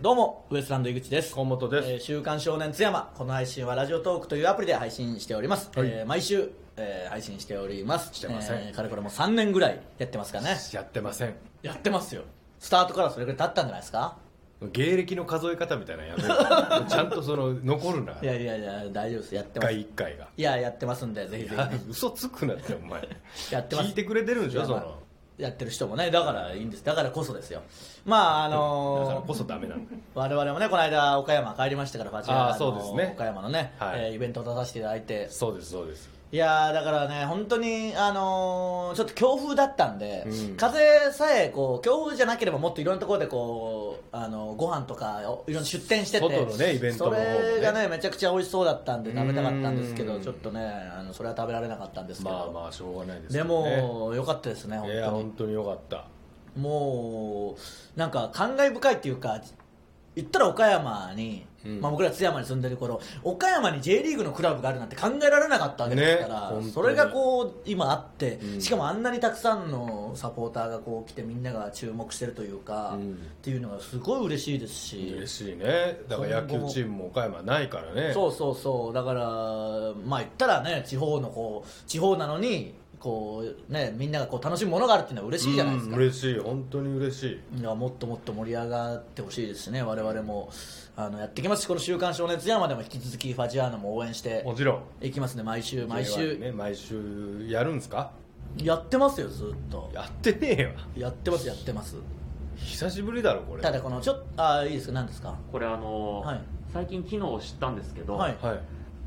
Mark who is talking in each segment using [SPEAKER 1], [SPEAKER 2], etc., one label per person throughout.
[SPEAKER 1] どうもウエストランド井口です
[SPEAKER 2] 河本です
[SPEAKER 1] えー週刊少年津山この配信はラジオトークというアプリで配信しております、
[SPEAKER 2] はい
[SPEAKER 1] えー毎週、えー配信しております
[SPEAKER 2] してません
[SPEAKER 1] えーかれこれもう3年ぐらいやってますからね
[SPEAKER 2] やってません
[SPEAKER 1] やってますよスタートからそれぐらい経ったんじゃないですか
[SPEAKER 2] 芸歴の数え方みたいなのやめ ろちゃんとその残るない
[SPEAKER 1] やいやいや大丈夫ですやってま
[SPEAKER 2] 一
[SPEAKER 1] す
[SPEAKER 2] 回一回が
[SPEAKER 1] いややってますんでぜひぜひ、ね、
[SPEAKER 2] 嘘つくなってお前
[SPEAKER 1] やってます
[SPEAKER 2] 聞いてくれてるんでし
[SPEAKER 1] い
[SPEAKER 2] ょ
[SPEAKER 1] や
[SPEAKER 2] そ
[SPEAKER 1] まあ
[SPEAKER 2] の
[SPEAKER 1] やってる人もねだからいいんですだからこそですよまああ
[SPEAKER 2] だから
[SPEAKER 1] のー
[SPEAKER 2] こそダメなんだよ
[SPEAKER 1] 我々もねこの間岡山帰りましたからファジア
[SPEAKER 2] あーそうですね
[SPEAKER 1] の岡山のね、
[SPEAKER 2] はい
[SPEAKER 1] えーイベントを出させていただいて
[SPEAKER 2] そうですそうです
[SPEAKER 1] いやーだからね、本当に、あのーちょっと強風だったんで、
[SPEAKER 2] うん
[SPEAKER 1] 風さえこう強風じゃなければ、もっといろんなところでこう、あのーご飯とかをいろんな出店してて、
[SPEAKER 2] 外のねイベントの方もね
[SPEAKER 1] それがね、めちゃくちゃ美味しそうだったんで、食べたかったんですけ
[SPEAKER 2] う
[SPEAKER 1] ど、
[SPEAKER 2] ん
[SPEAKER 1] ちょっとねあの、それは食べられなかったんですけど、
[SPEAKER 2] まあまあしょうがないです
[SPEAKER 1] で
[SPEAKER 2] よね
[SPEAKER 1] も、良かったですね、本
[SPEAKER 2] いや
[SPEAKER 1] 当に
[SPEAKER 2] 本。当によかった
[SPEAKER 1] もうなんか感慨深いっていうか言ったら岡山に、
[SPEAKER 2] うん
[SPEAKER 1] まあ、僕ら津山に住んでる頃岡山に J リーグのクラブがあるなんて考えられなかったわけですから、
[SPEAKER 2] ね本当に
[SPEAKER 1] それがこう今あって、
[SPEAKER 2] うん
[SPEAKER 1] しかもあんなにたくさんのサポーターがこう来てみんなが注目してるというか、
[SPEAKER 2] うん
[SPEAKER 1] っていうのがすごい嬉しいです
[SPEAKER 2] 嬉
[SPEAKER 1] し。
[SPEAKER 2] しいねだから野球チームも岡山ないからね
[SPEAKER 1] そうそうそうだからまあ言ったらね地方のこう地方なのにこうねみんながこう楽しむものがあるっていうのは嬉しいじゃないですか、
[SPEAKER 2] うん嬉しい本当に嬉しい
[SPEAKER 1] いやもっともっと盛り上がってほしいですね、我々もあのやっていきますし、この「週刊少年津山」でも引き続きファジアーノも応援して
[SPEAKER 2] もちろん
[SPEAKER 1] いきますね、毎週、毎
[SPEAKER 2] J1
[SPEAKER 1] 週、
[SPEAKER 2] ね毎週やるんですか
[SPEAKER 1] やってますよ、ずっと、
[SPEAKER 2] やってねえよ
[SPEAKER 1] やってます、やってます、
[SPEAKER 2] 久しぶりだろこれ
[SPEAKER 1] ただ、このちょっと、あーいいですか、何ですか、
[SPEAKER 3] これあの
[SPEAKER 1] はい
[SPEAKER 3] 最近機能を知ったんですけど、
[SPEAKER 1] はい
[SPEAKER 2] はい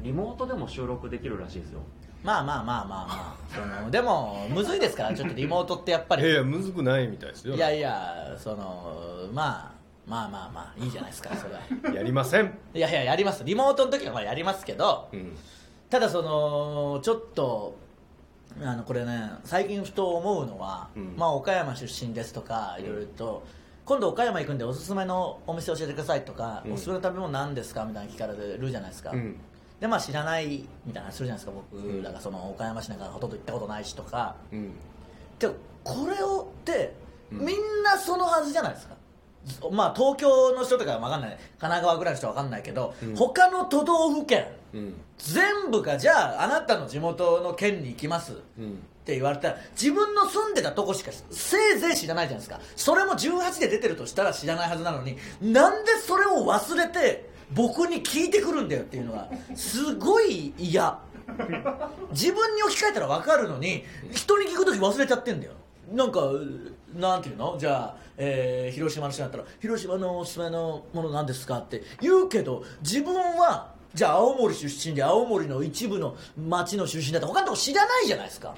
[SPEAKER 3] リモートでも収録できるらしいですよ
[SPEAKER 1] まあまあまあまあ、まあ、そのでも、むずいですから、ちょっとリモートってやっぱ
[SPEAKER 2] いやい
[SPEAKER 1] り、
[SPEAKER 2] やむずくないみたいですよ
[SPEAKER 1] いやいや、そのまあまあまあまあ、いいじゃないですか、それは。
[SPEAKER 2] やりません、
[SPEAKER 1] いやいや、やります、リモートの時はまあやりますけど
[SPEAKER 2] う、ん、
[SPEAKER 1] ただそのちょっとあのこれね最近ふと思うのは、
[SPEAKER 2] うん
[SPEAKER 1] まあ、岡山出身ですとかいろいろと、今度岡山行くんでおすすめのお店教えてくださいとか、
[SPEAKER 2] うん
[SPEAKER 1] おすすめの食べ物何ですかみたいなの聞かれるじゃないですか、
[SPEAKER 2] うん
[SPEAKER 1] でまあ知らないみたいな話するじゃないですか僕らがその岡山市なんかほとんど行ったことないしとか
[SPEAKER 2] うん、
[SPEAKER 1] でもこれをって
[SPEAKER 2] うん
[SPEAKER 1] みんなそのはずじゃないですか、まあ東京の人とかは分かんない神奈川ぐらいの人は分かんないけど、
[SPEAKER 2] うん
[SPEAKER 1] 他の都道府県
[SPEAKER 2] うん、
[SPEAKER 1] 全部がじゃああなたの地元の県に行きますっ
[SPEAKER 2] うん、
[SPEAKER 1] て言われたら自分の住んでたとこしかせいぜい知らないじゃないですかそれも18で出てるとしたら知らないはずなのになんでそれを忘れて僕に聞いてくるんだよっていうのがすごい嫌自分に置き換えたら分かるのに人に聞く時忘れちゃってんだよなんかなんていうのじゃあ、えー広島の人だったら「広島のおすすめのものなんですか?」って言うけど自分はじゃあ青森出身で青森の一部の町の出身だって他のとこ知らないじゃないですか、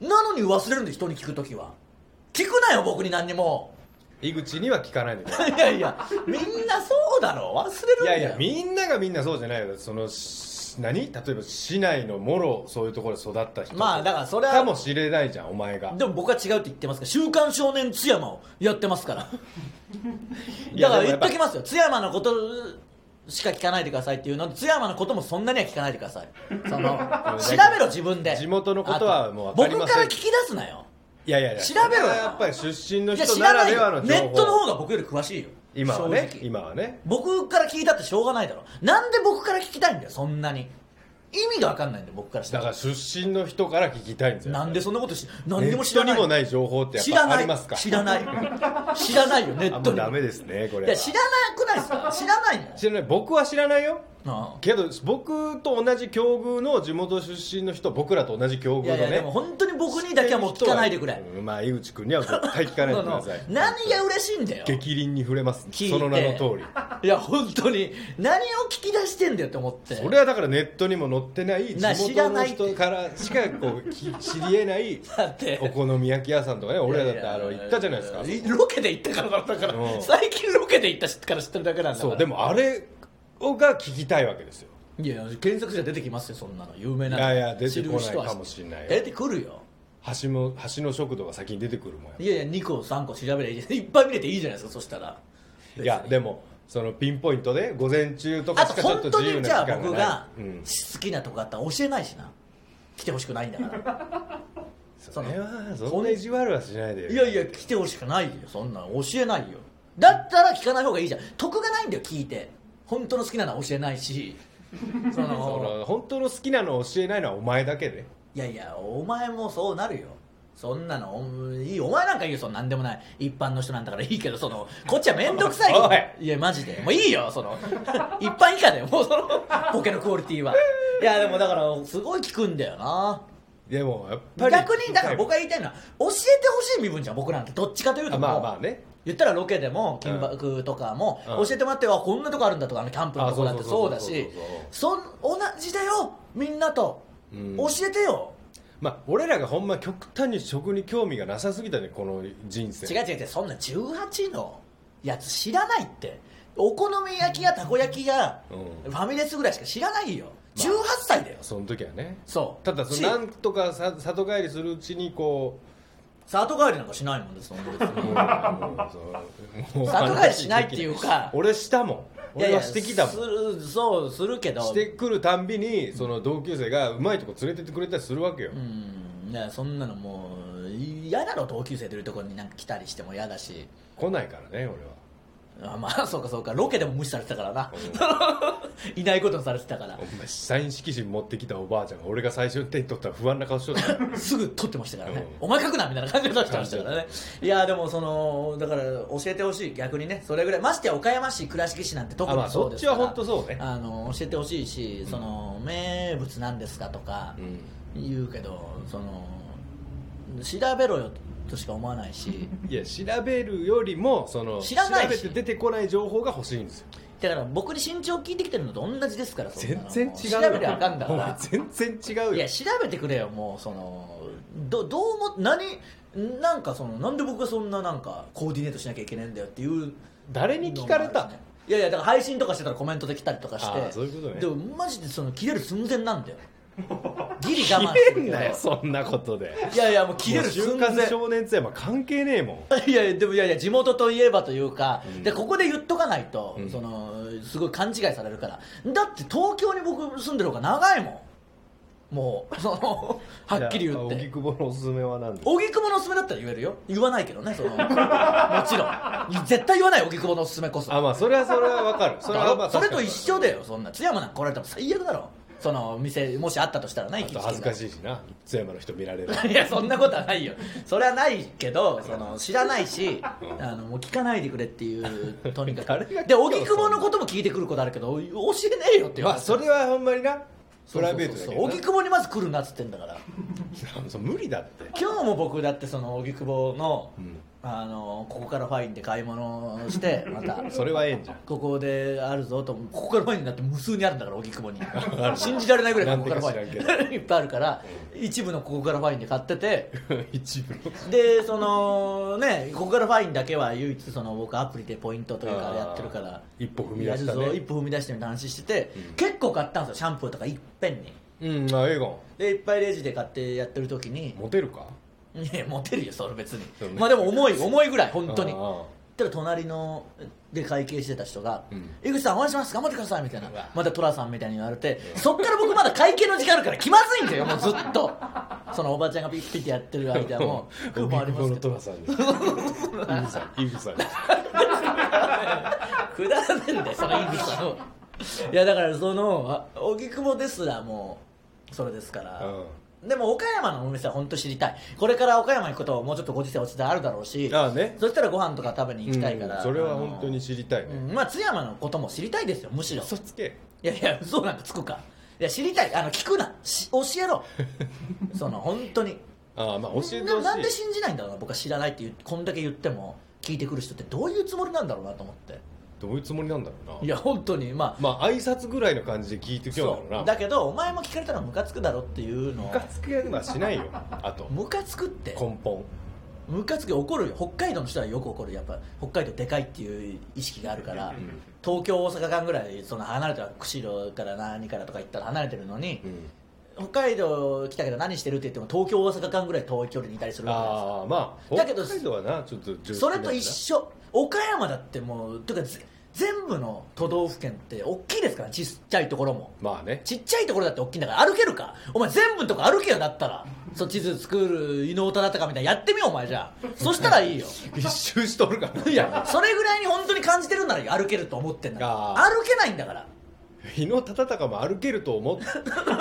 [SPEAKER 1] なのに忘れるんで人に聞く時は聞くなよ僕に何にも
[SPEAKER 2] 井口には聞かないでください
[SPEAKER 1] いやいやみんなそうだろ忘れるん
[SPEAKER 2] いや
[SPEAKER 1] だよ
[SPEAKER 2] いやみんながみんなそうじゃないよそのし何例えば市内のもろそういうところで育った人
[SPEAKER 1] まあだからそれは
[SPEAKER 2] かもしれないじゃんお前が
[SPEAKER 1] でも僕は違うって言ってますから「週刊少年津山」をやってますから
[SPEAKER 2] い
[SPEAKER 1] だ
[SPEAKER 2] や
[SPEAKER 1] から言
[SPEAKER 2] でもや
[SPEAKER 1] っ
[SPEAKER 2] っぱ
[SPEAKER 1] ときますよ津山のことしか聞かないでくださいっていうので津山のこともそんなには聞かないでくださいその調べろ自分で
[SPEAKER 2] 地元のことはもう分かりま
[SPEAKER 1] 僕
[SPEAKER 2] せん
[SPEAKER 1] から聞き出すなよ
[SPEAKER 2] いやいやいや
[SPEAKER 1] 調べろよ
[SPEAKER 2] それはやっぱり出身の
[SPEAKER 1] いや
[SPEAKER 2] 人
[SPEAKER 1] 知ら
[SPEAKER 2] なら
[SPEAKER 1] ない
[SPEAKER 2] では
[SPEAKER 1] よ
[SPEAKER 2] の情報
[SPEAKER 1] ネットの方が僕より詳しいよ
[SPEAKER 2] 今はね
[SPEAKER 1] 正直
[SPEAKER 2] 今はね
[SPEAKER 1] 僕から聞いたってしょうがないだろなんで僕から聞きたいんだよそんなに意味が分かんないんだよ僕からした
[SPEAKER 2] だからら出身の人から聞きたいんですよ
[SPEAKER 1] なんでそんなことして
[SPEAKER 2] ネ
[SPEAKER 1] 何にも知
[SPEAKER 2] ッ
[SPEAKER 1] ら
[SPEAKER 2] トに
[SPEAKER 1] ない
[SPEAKER 2] もない情報ってやっ
[SPEAKER 1] 知ら
[SPEAKER 2] ぱ
[SPEAKER 1] な
[SPEAKER 2] あ
[SPEAKER 1] い
[SPEAKER 2] りますか
[SPEAKER 1] 知らない知らないよネ
[SPEAKER 2] あ
[SPEAKER 1] ッ
[SPEAKER 2] ん
[SPEAKER 1] トに
[SPEAKER 2] まダメですねこ
[SPEAKER 1] い
[SPEAKER 2] れは
[SPEAKER 1] や知らなくないですか知らないの
[SPEAKER 2] 知らない僕は知らないよ
[SPEAKER 1] あ
[SPEAKER 2] けど僕と同じ境遇の地元出身の人僕らと同じ境遇の
[SPEAKER 1] あい
[SPEAKER 2] ね
[SPEAKER 1] やいやでも本当に僕にだけはもう聞かないでくれ
[SPEAKER 2] うんまあ井口君には絶対聞かないでください
[SPEAKER 1] その何が嬉しいんだよ
[SPEAKER 2] 激凛に触れます
[SPEAKER 1] 聞いて
[SPEAKER 2] その名の通り
[SPEAKER 1] いや本当に何を聞き出してんだよって思って
[SPEAKER 2] それはだからネットにも載ってない
[SPEAKER 1] な
[SPEAKER 2] 地
[SPEAKER 1] 知ら
[SPEAKER 2] 元
[SPEAKER 1] な
[SPEAKER 2] の
[SPEAKER 1] いって
[SPEAKER 2] 人からしかこうき知りえない
[SPEAKER 1] だって
[SPEAKER 2] お好み焼き屋さんとかね俺らだってあ
[SPEAKER 1] いやい
[SPEAKER 2] の
[SPEAKER 1] や
[SPEAKER 2] 行ったじゃないですか
[SPEAKER 1] ロケで行ったからだから、
[SPEAKER 2] うん
[SPEAKER 1] 最近ロケで行ったから知ってるだけなんだから
[SPEAKER 2] そうでもあれをが聞きたいわけですよ
[SPEAKER 1] いやいや検索じゃ出てきますよそんなの有名なの
[SPEAKER 2] いやいや出て
[SPEAKER 1] 知る
[SPEAKER 2] こない
[SPEAKER 1] 人は
[SPEAKER 2] かもしんないよ
[SPEAKER 1] 出てくるよ
[SPEAKER 2] 橋も橋の食堂が先に出てくるもんや
[SPEAKER 1] いやいや2個3個調べりゃいいじゃん いっぱい見れていいじゃないですかそしたら
[SPEAKER 2] いやでもそのピンポイントで午前中とか
[SPEAKER 1] あ
[SPEAKER 2] し
[SPEAKER 1] と
[SPEAKER 2] かちょっと
[SPEAKER 1] 本当
[SPEAKER 2] 自由
[SPEAKER 1] に
[SPEAKER 2] な
[SPEAKER 1] じ
[SPEAKER 2] 時
[SPEAKER 1] ゃあ
[SPEAKER 2] 間がない
[SPEAKER 1] 僕が
[SPEAKER 2] うん、
[SPEAKER 1] 好きなとこあったら教えないしな来てほしくないんだから
[SPEAKER 2] それはそんな意地悪はしないでよ
[SPEAKER 1] いやいや来てほしくないよそんなの教えないよだったら聞かない方がいいじゃん得がないんだよ聞いて本当の好きなのは教えないしそ
[SPEAKER 2] そ
[SPEAKER 1] の
[SPEAKER 2] の本当の好きなのを教えないのはお前だけで
[SPEAKER 1] いやいやお前もそうなるよそんなのおいいお前なんかいいよそのなんでもない一般の人なんだからいいけどそのこっちは面倒く さいよいやマジでもういいよその 一般以下でもうそのボケのクオリティはいやでもだからすごい聞くんだよな
[SPEAKER 2] でもやっぱり
[SPEAKER 1] 逆にだから僕が言いたいのは教えてほしい身分じゃん僕なんてどっちかというと
[SPEAKER 2] あ
[SPEAKER 1] もう
[SPEAKER 2] まあまあね
[SPEAKER 1] 言ったらロケでも金箔とかも
[SPEAKER 2] うん
[SPEAKER 1] 教えてもらって、あこんなとこあるんだとかあのキャンプのとこだって
[SPEAKER 2] あそ
[SPEAKER 1] そう
[SPEAKER 2] うそ
[SPEAKER 1] だ
[SPEAKER 2] うそうそう
[SPEAKER 1] しそん同じだよみんなと、
[SPEAKER 2] うん
[SPEAKER 1] 教えてよ
[SPEAKER 2] まあ俺らがほんま極端に食に興味がなさすぎたねこの人生
[SPEAKER 1] 違う違う違うそんな18のやつ知らないってお好み焼きやたこ焼きや、
[SPEAKER 2] う
[SPEAKER 1] ファミレスぐらいしか知らないよ
[SPEAKER 2] ま
[SPEAKER 1] 18
[SPEAKER 2] あ
[SPEAKER 1] 歳だよ、
[SPEAKER 2] その時はね
[SPEAKER 1] そう
[SPEAKER 2] ただそ
[SPEAKER 1] し
[SPEAKER 2] のなんとかさ里帰りするうちにこ
[SPEAKER 1] 里帰りなんかしないもんですそ んな別
[SPEAKER 2] う、
[SPEAKER 1] に
[SPEAKER 2] もうそうもう
[SPEAKER 1] 里帰りしないっていうか
[SPEAKER 2] 俺したもん俺はしてきたもん
[SPEAKER 1] いやいやするそうするけど
[SPEAKER 2] してくるたんびにその同級生がうまいとこ連れてってくれたりするわけよ、
[SPEAKER 1] うんいやそんなのもう嫌だろ同級生というところになんか来たりしても嫌だし
[SPEAKER 2] 来ないからね俺は
[SPEAKER 1] あまあそうかそうかロケでも無視されてたからな
[SPEAKER 2] うん
[SPEAKER 1] いないことにされてたから
[SPEAKER 2] お前サイン色紙持ってきたおばあちゃんが俺が最初に手に取ったら不安な顔しと ったよ
[SPEAKER 1] すぐ撮ってましたからね、
[SPEAKER 2] う
[SPEAKER 1] お前書くなみたいな感じで出してましたからねいやでもそのだから教えてほしい逆にねそれぐらいましてや岡山市倉敷市なんて特
[SPEAKER 2] あま
[SPEAKER 1] に
[SPEAKER 2] あ
[SPEAKER 1] そう
[SPEAKER 2] そっ
[SPEAKER 1] です
[SPEAKER 2] ち
[SPEAKER 1] か
[SPEAKER 2] は
[SPEAKER 1] ら
[SPEAKER 2] 本当そうね
[SPEAKER 1] あの教えてほしいしその名物なんですかとか
[SPEAKER 2] うん
[SPEAKER 1] 言うけどその調べろよとしか思わない し
[SPEAKER 2] いや調べるよりもその
[SPEAKER 1] 知らないし
[SPEAKER 2] 調べて出てこない情報が欲しいんですよ
[SPEAKER 1] だから僕に身長聞いてきてるのと同じですからそんな
[SPEAKER 2] 全
[SPEAKER 1] の
[SPEAKER 2] 然違う
[SPEAKER 1] 調
[SPEAKER 2] よ
[SPEAKER 1] べりゃあかんだか
[SPEAKER 2] お前
[SPEAKER 1] ら
[SPEAKER 2] 全然違う
[SPEAKER 1] い
[SPEAKER 2] よ
[SPEAKER 1] や調べてくれよもうそのどどうも何なんかそのなんで僕がそんななんかコーディネートしなきゃいけないんだよっていう
[SPEAKER 2] 誰に聞かれた
[SPEAKER 1] のもあるしねいやいやだから配信とかしてたらコメントできたりとかして
[SPEAKER 2] あーそういうことね
[SPEAKER 1] でもマジでその切れる寸前なんだ よギリ我慢して
[SPEAKER 2] 切れんなよ
[SPEAKER 1] る
[SPEAKER 2] そんなことで
[SPEAKER 1] けどいやいやもう切れる
[SPEAKER 2] もう
[SPEAKER 1] 寸
[SPEAKER 2] 就活
[SPEAKER 1] 前
[SPEAKER 2] 少年津山関係ねえもん
[SPEAKER 1] いやいやでもいやいや地元といえばというか、
[SPEAKER 2] うん
[SPEAKER 1] でここで言っとかないと、
[SPEAKER 2] うん
[SPEAKER 1] そのすごい勘違いされるからだって東京に僕住んでる方が長いもんもうそ のはっきり言っ
[SPEAKER 2] じゃあ荻
[SPEAKER 1] て
[SPEAKER 2] 窪のおすすめは何ですか
[SPEAKER 1] 荻窪のおすすめだったら言えるよ言わないけどねそのもちろん絶対言わない荻窪のおすすめこそ
[SPEAKER 2] あまあそれはそれはわかるそれはまあ
[SPEAKER 1] だろそれと
[SPEAKER 2] 確かに
[SPEAKER 1] 一緒だよそんな津山なんか来られても最悪だろその店もしあったとしたらね
[SPEAKER 2] あと恥ずか
[SPEAKER 1] い
[SPEAKER 2] しいしな津山の人見られる
[SPEAKER 1] いやそんなことはないよそれはないけどその知らないしあのもう聞かないでくれって いうとにか
[SPEAKER 2] 誰が聞く
[SPEAKER 1] く
[SPEAKER 2] よ
[SPEAKER 1] で荻窪のことも聞いてくることあるけど教えねえよって言
[SPEAKER 2] まあそれはほんまになプライベートだ
[SPEAKER 1] そう
[SPEAKER 2] け
[SPEAKER 1] そう
[SPEAKER 2] ど
[SPEAKER 1] そう
[SPEAKER 2] な
[SPEAKER 1] 荻窪にまず来るなっつってんだから
[SPEAKER 2] そう無理だって
[SPEAKER 1] 今日も僕だってその荻窪の,、
[SPEAKER 2] ん
[SPEAKER 1] あのここからファインで買い物をしてまた
[SPEAKER 2] それはええんじゃん
[SPEAKER 1] ここであるぞとここからファインだって無数にあるんだから荻 窪に信じられないぐらいここからフ
[SPEAKER 2] なんでか知ら
[SPEAKER 1] ァイン いっぱいあるから一部のここからファインで買ってて
[SPEAKER 2] 一部
[SPEAKER 1] でそのねここからファインだけは唯一その僕アプリでポイントというか
[SPEAKER 2] あー
[SPEAKER 1] やってるから
[SPEAKER 2] 一歩踏み出したね
[SPEAKER 1] やるぞ一歩踏み出してみたいな話してて、結構買ったんですよシャンプーとかいっぺんに
[SPEAKER 2] うんあええがん
[SPEAKER 1] でいっぱいレジで買ってやってる時に
[SPEAKER 2] モテるか
[SPEAKER 1] いやモテるよそれ別に
[SPEAKER 2] そうね
[SPEAKER 1] まあでも重い重いぐらい本当に
[SPEAKER 2] ああああ
[SPEAKER 1] ただ隣ので会計してた人が
[SPEAKER 2] うん
[SPEAKER 1] 「井口さんお願いします頑張ってください」みたいな
[SPEAKER 2] うわ
[SPEAKER 1] また寅さんみたいに言われてそっから僕まだ会計の時間あるから気まずいんだよもうずっとそのおばちゃんがピッピッてやってる間 もクーポンありますけど
[SPEAKER 2] トラさんにイブさんイブさんに
[SPEAKER 1] くだらねえんだよその井口さんをいやだからそのあ荻窪ですらもうそれですから、でも岡山のお店は本当知りたいこれから岡山行くことはもうちょっとご時世落ちてあるだろうし
[SPEAKER 2] ああね
[SPEAKER 1] そしたらご飯とか食べに行きたいから、
[SPEAKER 2] うんそれは本当に知りたい
[SPEAKER 1] あ
[SPEAKER 2] ね
[SPEAKER 1] の、うんまあ津山のことも知りたいですよむしろ
[SPEAKER 2] 嘘つけ
[SPEAKER 1] いやいや嘘なんかつくかいや知りたいあの聞くなし教え ろその本当に
[SPEAKER 2] ああまあ教えて
[SPEAKER 1] ななん
[SPEAKER 2] ほ
[SPEAKER 1] で
[SPEAKER 2] しい
[SPEAKER 1] 信じないんだろうな僕は知らないっていうこんだけ言っても聞いてくる人ってどういうつもりなんだろうなと思って
[SPEAKER 2] どういうつもりなんだろう
[SPEAKER 1] い
[SPEAKER 2] な
[SPEAKER 1] や本当にまあ
[SPEAKER 2] まあ挨拶ぐらいの感じで聞いてきようだ
[SPEAKER 1] そ
[SPEAKER 2] ろ
[SPEAKER 1] う
[SPEAKER 2] う
[SPEAKER 1] だ
[SPEAKER 2] な
[SPEAKER 1] けどお前も聞かれたらムカつくだろっていうのを
[SPEAKER 2] ムカつきはしないよあと
[SPEAKER 1] ムカつくって
[SPEAKER 2] 根本
[SPEAKER 1] ムカつく怒るよ北海道の人はよく怒るやっぱ北海道でかいっていう意識があるから、東京大阪間ぐらいその離れてた釧路から何からとか行ったら離れてるのに、
[SPEAKER 2] うん
[SPEAKER 1] 北海道来たけど何してるって言っても東京大阪間ぐらい遠い距離にいたりするわけじゃないですか
[SPEAKER 2] ああまあ
[SPEAKER 1] だけど
[SPEAKER 2] 北海道はなちょっと重要
[SPEAKER 1] それと一緒岡山だってもうというかぜ全部の都道府県って大きいですからちっちゃいところも
[SPEAKER 2] まあね
[SPEAKER 1] ちっちゃいところだって大きいんだから歩けるかお前全部のとこ歩けよだったらそう地図作る伊能忠敬みたいなやってみようお前じゃあそしたらいいよ
[SPEAKER 2] 一周しとるから
[SPEAKER 1] いやそれぐらいに本当に感じてるんならいい歩けると思ってんだ
[SPEAKER 2] あ
[SPEAKER 1] から
[SPEAKER 2] ー
[SPEAKER 1] 歩けないんだから
[SPEAKER 2] 日野忠敬も歩けると思って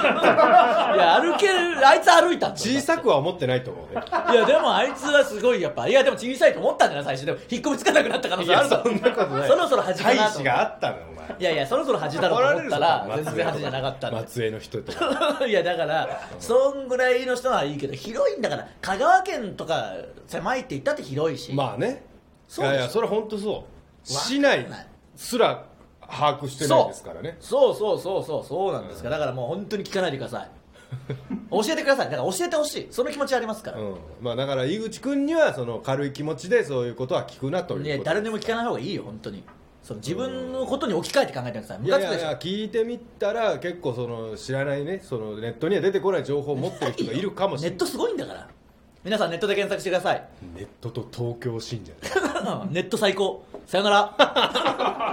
[SPEAKER 1] いや歩けるあいつ歩いたんだ
[SPEAKER 2] 小さくは思ってないと思うね
[SPEAKER 1] いやでもあいつはすごいやっぱいやでも小さいと思ったんじゃない最初でも引っ込みつかなくなった可能
[SPEAKER 2] い
[SPEAKER 1] 性あ
[SPEAKER 2] や
[SPEAKER 1] るだろ
[SPEAKER 2] そんなことない
[SPEAKER 1] そろそろ恥か
[SPEAKER 2] 大
[SPEAKER 1] なと
[SPEAKER 2] 使
[SPEAKER 1] 思
[SPEAKER 2] があったのお前
[SPEAKER 1] いやいやそろそろ恥だろうと思ったら全然恥じゃなかったんで
[SPEAKER 2] 松江の人 と か
[SPEAKER 1] いやだからそんぐらいの人はいいけど広いんだから香川県とか狭いって言ったって広いし、
[SPEAKER 2] まあね
[SPEAKER 1] そうです
[SPEAKER 2] いやいやそれは本当そう市内すら把握してないですからね
[SPEAKER 1] そうそうそうそうそうなんですからだからもう本当に聞かないでください 教えてくださいだから教えてほしいその気持ちありますから、
[SPEAKER 2] うんまあ、だから井口君にはその軽い気持ちでそういうことは聞くなということ
[SPEAKER 1] いや誰でも聞かない方がいいよ本当にその自分のことに置き換えて考えてくださいムカ
[SPEAKER 2] い
[SPEAKER 1] つく
[SPEAKER 2] や
[SPEAKER 1] で
[SPEAKER 2] い
[SPEAKER 1] しょ
[SPEAKER 2] や聞いてみたら結構その知らないねそのネットには出てこない情報を持ってる人がいるかもしれ
[SPEAKER 1] ネッ
[SPEAKER 2] ない
[SPEAKER 1] トすごいんだから皆さんネットで検索してください
[SPEAKER 2] ネットと東京信者
[SPEAKER 1] ネット最高さよなら